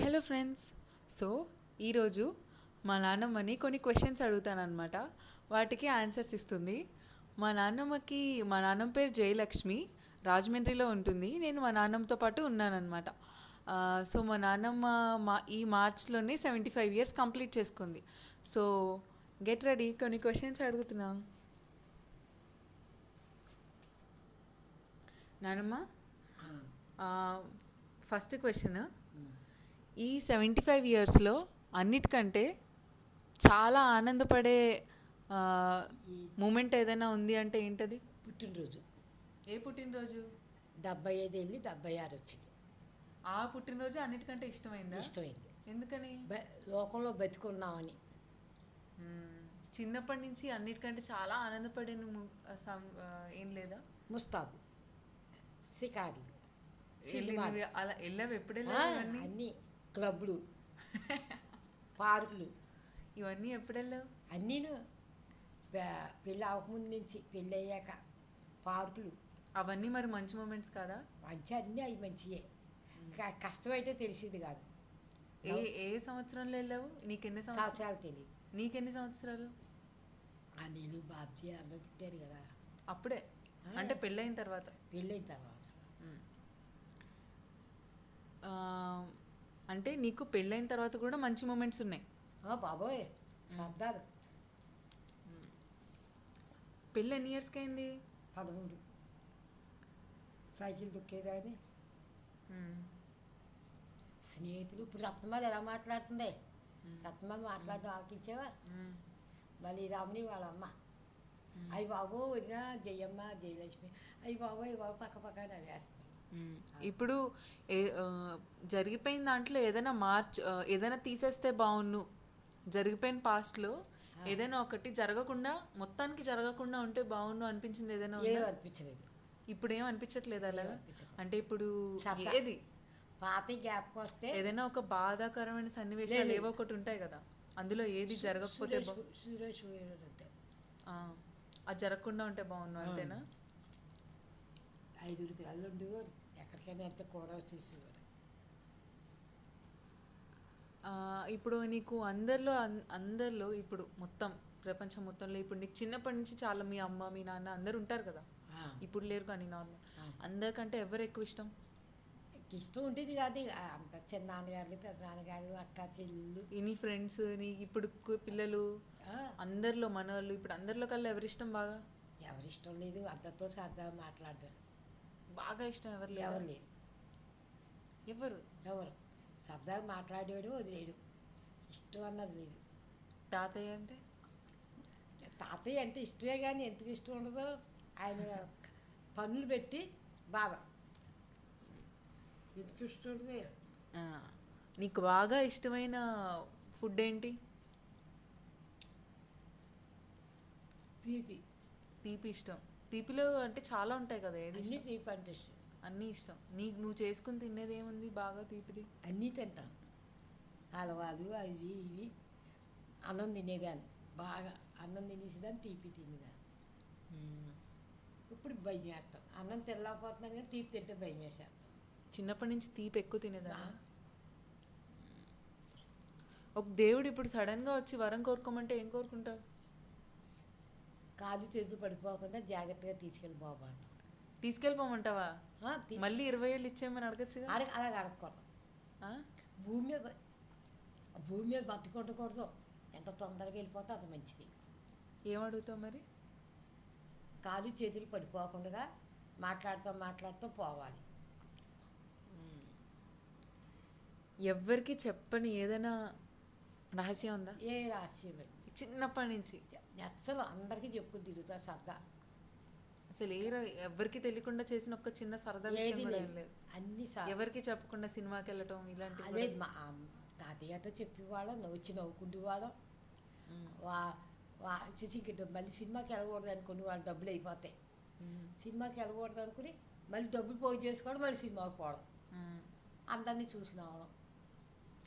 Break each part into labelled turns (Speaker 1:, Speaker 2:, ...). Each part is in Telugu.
Speaker 1: హలో ఫ్రెండ్స్ సో ఈరోజు మా నాన్నమ్మని కొన్ని క్వశ్చన్స్ అడుగుతానన్నమాట వాటికి ఆన్సర్స్ ఇస్తుంది మా నాన్నమ్మకి మా నాన్నమ్మ పేరు జయలక్ష్మి రాజమండ్రిలో ఉంటుంది నేను మా నాన్నమ్మతో పాటు ఉన్నానన్నమాట ఆ, సో మా నాన్నమ్మ మా ఈ మార్చ్లోనే సెవెంటీ ఫైవ్ ఇయర్స్ కంప్లీట్ చేసుకుంది సో గెట్ రెడీ కొన్ని క్వశ్చన్స్ అడుగుతున్నా నాన్నమ్మ ఫస్ట్ క్వశ్చన్ ఈ సెవెంటీ ఫైవ్ ఇయర్స్లో అన్నిటికంటే చాలా ఆనందపడే మూమెంట్ ఏదైనా ఉంది అంటే ఏంటది
Speaker 2: పుట్టినరోజు
Speaker 1: ఏ పుట్టినరోజు
Speaker 2: డెబ్బై ఐదు వెళ్ళి డెబ్బై ఆరు వచ్చింది
Speaker 1: ఆ పుట్టినరోజు అన్నిటికంటే ఇష్టమైందా
Speaker 2: ఇష్టమైంది
Speaker 1: ఎందుకని
Speaker 2: బ- లోకంలో బతికున్నామని
Speaker 1: మ్మ్. చిన్నప్పటి నుంచి అన్నిటికంటే చాలా ఆనందపడిన ము- ఆ, సం- ఆ, ఏం లేదా
Speaker 2: ముస్తాబు షికారి
Speaker 1: వెళ్ళినది
Speaker 2: సినిమాలు
Speaker 1: అలా వెళ్ళావు ఎప్పుడు
Speaker 2: ఆ,
Speaker 1: వెళ్ళావు ఇవన్నీ
Speaker 2: అన్ని క్లబ్లు పార్కులు
Speaker 1: ఇవన్నీ ఎప్పుడు వెళ్ళావు
Speaker 2: అన్నీను పె- పెళ్ళి అవ్వకముందు నుంచి పెళ్ళి అయ్యాక పార్కులు
Speaker 1: అవన్నీ మరి మంచి మూమెంట్స్ కాదా
Speaker 2: మంచి అన్నీ అవి మంచియే క- కష్టమైతే తెలిసింది కాదు
Speaker 1: ఏ ఏ సంవత్సరంలో వెళ్ళావు నీకెన్ని సంవత్సరాలు
Speaker 2: సంవత్సరాలు తెలియదు
Speaker 1: నీకెన్ని సంవత్సరాలు
Speaker 2: ఆ నేను బాబ్జీ అందరూ పుట్టారు కదా
Speaker 1: అప్పుడే
Speaker 2: ఆ.
Speaker 1: అంటే పెళ్ళైన తర్వాత
Speaker 2: పెళ్ళైన తర్వాత
Speaker 1: మ్మ్. ఆ, అంటే నీకు పెళ్ళైన తర్వాత కూడా మంచి మూమెంట్స్ ఉన్నాయి
Speaker 2: ఆ, బాబోయ్ సర్దారు
Speaker 1: పెళ్ళి ఎన్ని ఇయర్స్కి అయింది
Speaker 2: పదమూడు సైకిల్ దొక్కేదాన్ని
Speaker 1: మ్మ్.
Speaker 2: స్నేహితులు ఇప్పుడు రత్నమాల ఎలా మాట్లాడుతుంది
Speaker 1: మ్మ్.
Speaker 2: రత్నమాల మాట్లాడడం ఆలకించేవా
Speaker 1: మ్మ్.
Speaker 2: మళ్ళీ రాముని వాళ్ళ అమ్మ
Speaker 1: మ్మ్.
Speaker 2: అయ్యి బాబో ఇదిగా జయమ్మ జయలక్ష్మి అయ్యి బాబో అయ్యి బాబు పక్క పక్క నా వేస్తుంది
Speaker 1: మ్మ్. ఇప్పుడు ఏ- ఆ, జరిగిపోయిన దాంట్లో ఏదైనా మార్చ్ ఆ, ఏదైనా తీసేస్తే బాగున్ను జరిగిపోయిన పాస్ట్లో
Speaker 2: ఆ.
Speaker 1: ఏదైనా ఒకటి జరగకుండా మొత్తానికి జరగకుండా ఉంటే బాగున్ను అనిపించింది ఏదైనా
Speaker 2: ఏం
Speaker 1: ఉందా
Speaker 2: అనిపించలేదు
Speaker 1: ఇప్పుడు ఏం అనిపించట్లేదు అలా
Speaker 2: ఏం అనిపించట్లేదు.
Speaker 1: అంటే ఇప్పుడు
Speaker 2: సరదా.
Speaker 1: ఏది
Speaker 2: పాత జ్ఞాపకం వస్తే
Speaker 1: ఏదైనా ఒక బాధాకరమైన సన్నివేశాలు
Speaker 2: లేదు.
Speaker 1: ఏవో ఒకటి ఉంటాయి కదా అందులో ఏది జరగకపోతే
Speaker 2: సురేష్
Speaker 1: బా-
Speaker 2: సురేష్ వేయడం అంతే
Speaker 1: ఆ, అది జరగకుండా ఉంటే బాగుండు అంతేనా
Speaker 2: ఐదుగురు పిల్లలు ఉండేవారు ఎక్కడికైనా ఎంత కూడా చూసేవారు
Speaker 1: ఆ, ఇప్పుడు నీకు అందరిలో అన్- అందరిలో ఇప్పుడు మొత్తం ప్రపంచం మొత్తంలో ఇప్పుడు నీకు చిన్నప్పటి నుంచి చాలా మీ అమ్మ మీ నాన్న అందరు ఉంటారు కదా
Speaker 2: ఆ,
Speaker 1: ఇప్పుడు లేరు కానీ నార్మల్
Speaker 2: ఆ.
Speaker 1: అందరికంటే ఎవరు ఎక్కువ ఇష్టం
Speaker 2: ఇష్టం ఉండేది కాదు ఆ, అంత చిన్న నాన్నగారు పెద్ద నాన్నగారు అక్క చెల్లెళ్ళు
Speaker 1: ఈ నీ ఫ్రెండ్స్ నీ ఇప్పుడు కు- పిల్లలు
Speaker 2: ఆ,
Speaker 1: అందరిలో మనోళ్ళు ఇప్పుడు అందరిలో కల్లా ఎవరు ఇష్టం బాగా
Speaker 2: ఎవరిష్టం లేదు అందరితో సరదా మాట్లాడడం
Speaker 1: బాగా ఇష్టం ఎవరు లేదా?
Speaker 2: ఎవరు లేదు
Speaker 1: ఎవరు
Speaker 2: ఎవరు సరదాగా మాట్లాడేవాడు వదిలేడు ఇష్టం అన్నది లేదు
Speaker 1: తాతయ్య అంటే
Speaker 2: తాతయ్య అంటే ఇష్టమే కానీ ఎందుకు ఇష్టం ఉండదు ఆయన పనులు పెట్టి బాధ ఎందుకు ఇష్టం ఉండదు
Speaker 1: ఆ, నీకు బాగా ఇష్టమైన ఫుడ్ ఏంటి
Speaker 2: తీపి
Speaker 1: తీపి ఇష్టం తీపిలో అంటే చాలా ఉంటాయి కదా ఏది
Speaker 2: అన్నీ
Speaker 1: ఇష్టం?
Speaker 2: తీపి అంటే ఇష్టం
Speaker 1: అన్నీ ఇష్టం నీకు నువ్వు చేసుకుని తినేది ఏముంది బాగా తీపిది
Speaker 2: అన్నీ తింటాను హలవాలు అవి ఇవి అన్నం తినేదాన్ని బాగా అన్నం తినేసేదాన్ని తీపి తినేదాన్ని ఇప్పుడు భయం వేస్తాం అన్నం తినలేకపోతున్నాను కానీ తీపి తింటే భయం వేసేస్తాం
Speaker 1: చిన్నప్పటి నుంచి తీపి ఎక్కువ తినేదాన్ని
Speaker 2: నా-
Speaker 1: ఒక దేవుడు ఇప్పుడు సడన్ గా వచ్చి వరం కోరుకోమంటే ఏం కోరుకుంటావు
Speaker 2: కాలు చేతులు పడిపోకుండా జాగ్రత్తగా తీసుకెళ్ళి బాబు అంటాం
Speaker 1: తీసుకెళ్ళిపోమంటావా
Speaker 2: ఆ, తీ-
Speaker 1: మళ్ళీ ఇరవై ఏళ్ళు ఇచ్చేయమని అడగచ్చుగా
Speaker 2: అడగ అలాగ అడగకూడదు
Speaker 1: ఆ?
Speaker 2: భూమి మీద భూమి మీద బతికొట్టకూడదు ఎంత తొందరగా వెళ్ళిపోతే అంత మంచిది
Speaker 1: ఏం అడుగుతావు మరి
Speaker 2: కాలు చేతులు పడిపోకుండా మాట్లాడుతూ మాట్లాడుతూ పోవాలి
Speaker 1: ఎవ్వరికి చెప్పని ఏదైనా రహస్యం ఉందా
Speaker 2: ఏ రహస్యం లేదు
Speaker 1: చిన్నప్పటి నుంచి
Speaker 2: అస్సలు అందరికీ చెప్పుకుని తిరుగుతా సరదా
Speaker 1: అసలు ఏ ర- ఎవ్వరికి తెలియకుండా చేసిన ఒక చిన్న సరదా విషయం
Speaker 2: ఏది
Speaker 1: కూడా ఏం
Speaker 2: లేదు
Speaker 1: లేదు
Speaker 2: అన్ని సరదా.
Speaker 1: ఎవరికి చెప్పకుండా సినిమాకి వెళ్ళటం ఇలాంటివి
Speaker 2: అదే
Speaker 1: కూడా
Speaker 2: మా అమ్మ- తాతయ్యతో చెప్పేవాళ్ళం నవ్వుచ్చి నవ్వుకుండేవాళ్ళం
Speaker 1: ఉమ్,
Speaker 2: వా వా వచ్చేసి ఇంక డబ్బు- మళ్ళీ సినిమాకి వెళ్ళకూడదు అనుకుని వాళ్ళు డబ్బులు అయిపోతాయి
Speaker 1: ఉమ్,
Speaker 2: సినిమాకి వెళ్ళకూడదు అనుకుని మళ్ళీ డబ్బులు పోగు చేసుకోవడం మళ్ళీ సినిమాకి పోవడం
Speaker 1: ఉమ్.
Speaker 2: అందరినీ చూసి నవ్వడం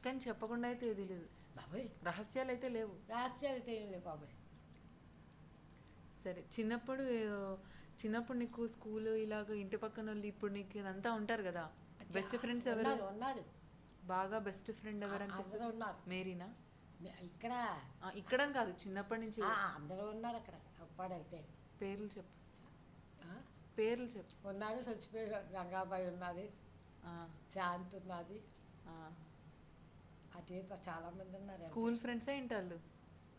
Speaker 1: కానీ చెప్పకుండా అయితే ఏది లేదు
Speaker 2: బాబాయ్
Speaker 1: రహస్యాలు అయితే లేవు
Speaker 2: రాష్ట్రాలు తెలియదు బాబాయ్
Speaker 1: సరే చిన్నప్పుడు ఆ, చిన్నప్పుడు నీకు స్కూల్ ఇలాగ ఇంటి పక్కన వాళ్ళు ఇప్పుడు నీకు ఇదంతా ఉంటారు కదా బెస్ట్ ఫ్రెండ్స్ ఎవరు
Speaker 2: ఉన్నారు ఉన్నారు
Speaker 1: బాగా బెస్ట్ ఫ్రెండ్ ఎవరు
Speaker 2: అందరూ
Speaker 1: అనిపిస్తుంది
Speaker 2: ఉన్నారు
Speaker 1: మేరీనా
Speaker 2: మే- ఇక్కడ
Speaker 1: ఆ, ఇక్కడని కాదు చిన్నప్పటి నుంచి
Speaker 2: ఆ, అందరూ ఉన్నారు అక్కడ అప్పాడంటే
Speaker 1: పేర్లు చెప్పు పేర్లు చెప్పు
Speaker 2: ఉన్నాడు చచ్చిపోయి రంగాబాయి ఉన్నది
Speaker 1: ఆ,
Speaker 2: శాంతి ఉన్నది
Speaker 1: ఆ.
Speaker 2: అటువైపు చాలా మంది ఉన్నారు
Speaker 1: స్కూల్ ఫ్రెండ్సే ఇంటాళ్ళు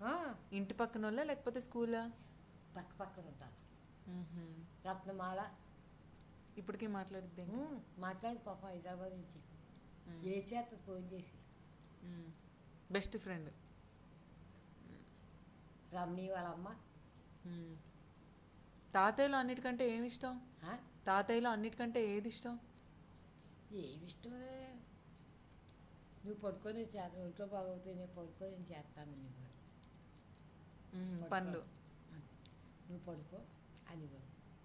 Speaker 2: ఆ,
Speaker 1: ఇంటి పక్కన వాళ్ళ లేకపోతే స్కూలా
Speaker 2: పక్క పక్కన ఉంటారు
Speaker 1: మ్హూ.
Speaker 2: రత్నమాల
Speaker 1: ఇప్పటికీ మాట్లాడిద్ది ఇంకా.
Speaker 2: ఉమ్, మాట్లాడు పాపం హైదరాబాద్ నుంచి
Speaker 1: మ్.
Speaker 2: ఏ చేత ఫోన్ చేసి
Speaker 1: బెస్ట్ ఫ్రెండ్
Speaker 2: రమణి వాళ్ళ అమ్మ
Speaker 1: తాతయ్యలో అన్నిటికంటే ఏమి ఇష్టం
Speaker 2: ఆ,
Speaker 1: తాతయ్యలో అన్నిటికంటే ఏది ఇష్టం
Speaker 2: ఏమి ఇష్టం రే? నువ్వు పడుకొని చేత ఒంట్లో బాగోతే నేను పడుకొని నేను చేస్తాను నీకు
Speaker 1: మ్మ్.
Speaker 2: పడుకో.
Speaker 1: పనులు
Speaker 2: నువ్వు పడుకో అని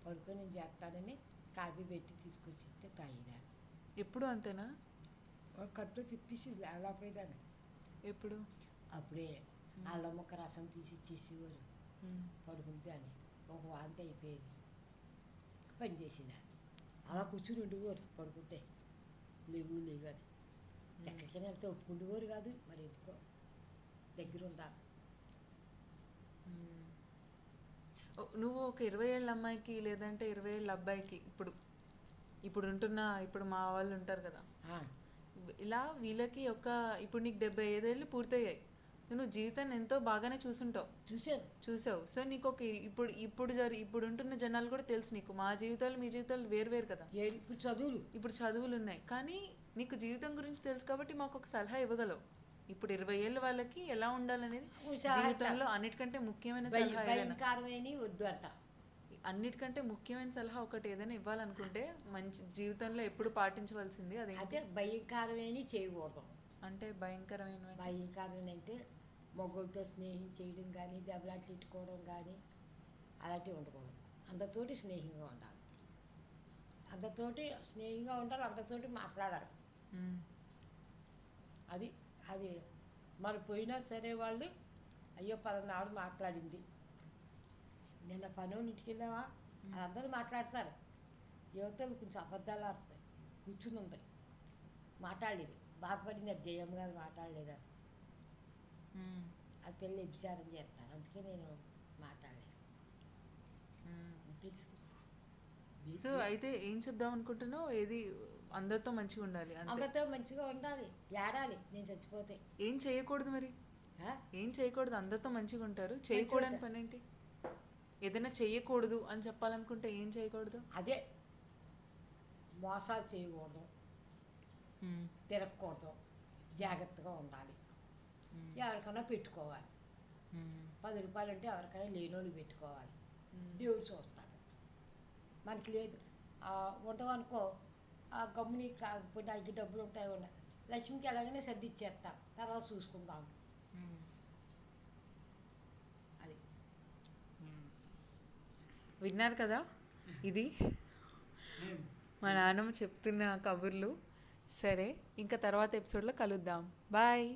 Speaker 2: పడుకో నేను చేస్తానని కాఫీ పెట్టి తీసుకొచ్చి ఇస్తే తాగేదాన్ని
Speaker 1: ఎప్పుడు అంతేనా
Speaker 2: ఒక కట్లో తిప్పేసి లేకపోయేదాన్ని
Speaker 1: ఎప్పుడు
Speaker 2: అప్పుడే
Speaker 1: మ్మ్.
Speaker 2: అల్లం ముక్క రసం తీసి ఇచ్చేసేవారు
Speaker 1: మ్మ్.
Speaker 2: పడుకుంటే అని ఒక వాంతి అయిపోయేది పని చేసేదాన్ని అలా కూర్చుని ఉండేవారు పడుకుంటే లేవు లేవు అని ఎక్కడికైనా వెళ్తే ఒప్పుకుండేవారు కాదు మరి ఎందుకో దగ్గర ఉండాలి
Speaker 1: మ్మ్. ఓ, నువ్వు ఒక ఇరవై ఏళ్ళ అమ్మాయికి లేదంటే ఇరవై ఏళ్ళ అబ్బాయికి ఇప్పుడు ఇప్పుడు ఉంటున్న ఇప్పుడు మా వాళ్ళు ఉంటారు కదా
Speaker 2: ఆ,
Speaker 1: ఇలా వీళ్ళకి ఒక ఇప్పుడు నీకు డెబ్బై ఐదేళ్ళు పూర్తయ్యాయి నువ్వు జీవితాన్ని ఎంతో బాగానే చూసుంటావు
Speaker 2: చూశాను
Speaker 1: చూసావు సో నీకు ఒక ఇప్పుడు ఇప్పుడు జరి ఇప్పుడు ఉంటున్న జనాలు కూడా తెలుసు నీకు మా జీవితాలు మీ జీవితాలు వేరువేరు కదా
Speaker 2: ఏ- ఇప్పుడు చదువులు
Speaker 1: ఇప్పుడు చదువులు ఉన్నాయి కానీ నీకు జీవితం గురించి తెలుసు కాబట్టి మాకు ఒక సలహా ఇవ్వగలవు ఇప్పుడు ఇరవై ఏళ్ళ వాళ్ళకి ఎలా ఉండాలనేది జీవితంలో అన్నిటికంటే ముఖ్యమైన సలహా ఏదైనా
Speaker 2: భయంకరమైన వద్దు అంట
Speaker 1: అన్నిటికంటే ముఖ్యమైన సలహా ఒకటి ఏదైనా ఇవ్వాలనుకుంటే మంచి జీవితంలో ఎప్పుడు పాటించవలసింది అది
Speaker 2: అంటే భయంకరమైన చేయకూడదు
Speaker 1: అంటే భయంకరమైన
Speaker 2: భయంకరమైన అంటే మొగ్గులతో స్నేహం చేయడం కానీ దెబ్బలాట్లు ఇట్టుకోవడం కానీ అలాంటివి ఉండకూడదు అందరితోటి స్నేహంగా ఉండాలి అందరితోటి స్నేహంగా ఉండాలి అందరితోటి మాట్లాడాలి
Speaker 1: ఉమ్,
Speaker 2: అది అది మరి పోయినా సరే వాళ్ళు అయ్యో పలనాడు మాట్లాడింది నిన్న పనోని ఇంటికి వెళ్ళావా
Speaker 1: ఉమ్,
Speaker 2: అందరూ మాట్లాడతారు యువతలు కొంచెం అబద్ధాలు ఆడతాయి కూర్చుని ఉంది మాట్లాడలేదు బాధపడింది అది జయమ్మ గారు మాట్లాడలేదు అది
Speaker 1: ఉమ్,
Speaker 2: అది పెళ్ళి విచారం చేస్తాను అందుకే నేను మాట్లాడలేదు
Speaker 1: ఉమ్.
Speaker 2: మీకు తెలుసు.
Speaker 1: సో అయితే ఏం చెప్దాం అనుకుంటున్నావు ఏది అందరితో మంచిగా ఉండాలి అంతే
Speaker 2: అందరితో మంచిగా ఉండాలి ఏడాలి నేను చచ్చిపోతే
Speaker 1: ఏం చేయకూడదు మరి
Speaker 2: ఆ?
Speaker 1: ఏం చేయకూడదు అందరితో మంచిగా ఉంటారు చేయకూడని
Speaker 2: ఉంటారు.
Speaker 1: పని ఏంటి ఏదైనా చేయకూడదు అని చెప్పాలనుకుంటే ఏం చేయకూడదు
Speaker 2: అదే మోసాలు చేయకూడదు
Speaker 1: ఉమ్,
Speaker 2: తిరగకూడదు జాగ్రత్తగా ఉండాలి
Speaker 1: ఉమ్,
Speaker 2: ఎవరికైనా పెట్టుకోవాలి
Speaker 1: ఉమ్,
Speaker 2: పది రూపాయలు ఉంటే ఎవరికైనా లేనోళ్ళు పెట్టుకోవాలి
Speaker 1: ఉమ్,
Speaker 2: దేవుడు చూస్తాడు మనకి లేదు ఆ, ఉండవనుకో ఆ గమ్ముని కాకపోతే నాకు డబ్బులు ఉంటాయి ఉన్నాయి లక్ష్మికి ఎలాగైనా సర్దిచ్చేస్తాం తర్వాత చూసుకుందాం
Speaker 1: ఉమ్.
Speaker 2: అది
Speaker 1: విన్నారు కదా ఇది మా నాన్నమ్మ చెప్తున్న కబుర్లు సరే ఇంకా తర్వాత ఎపిసోడ్లో కలుద్దాం బాయ్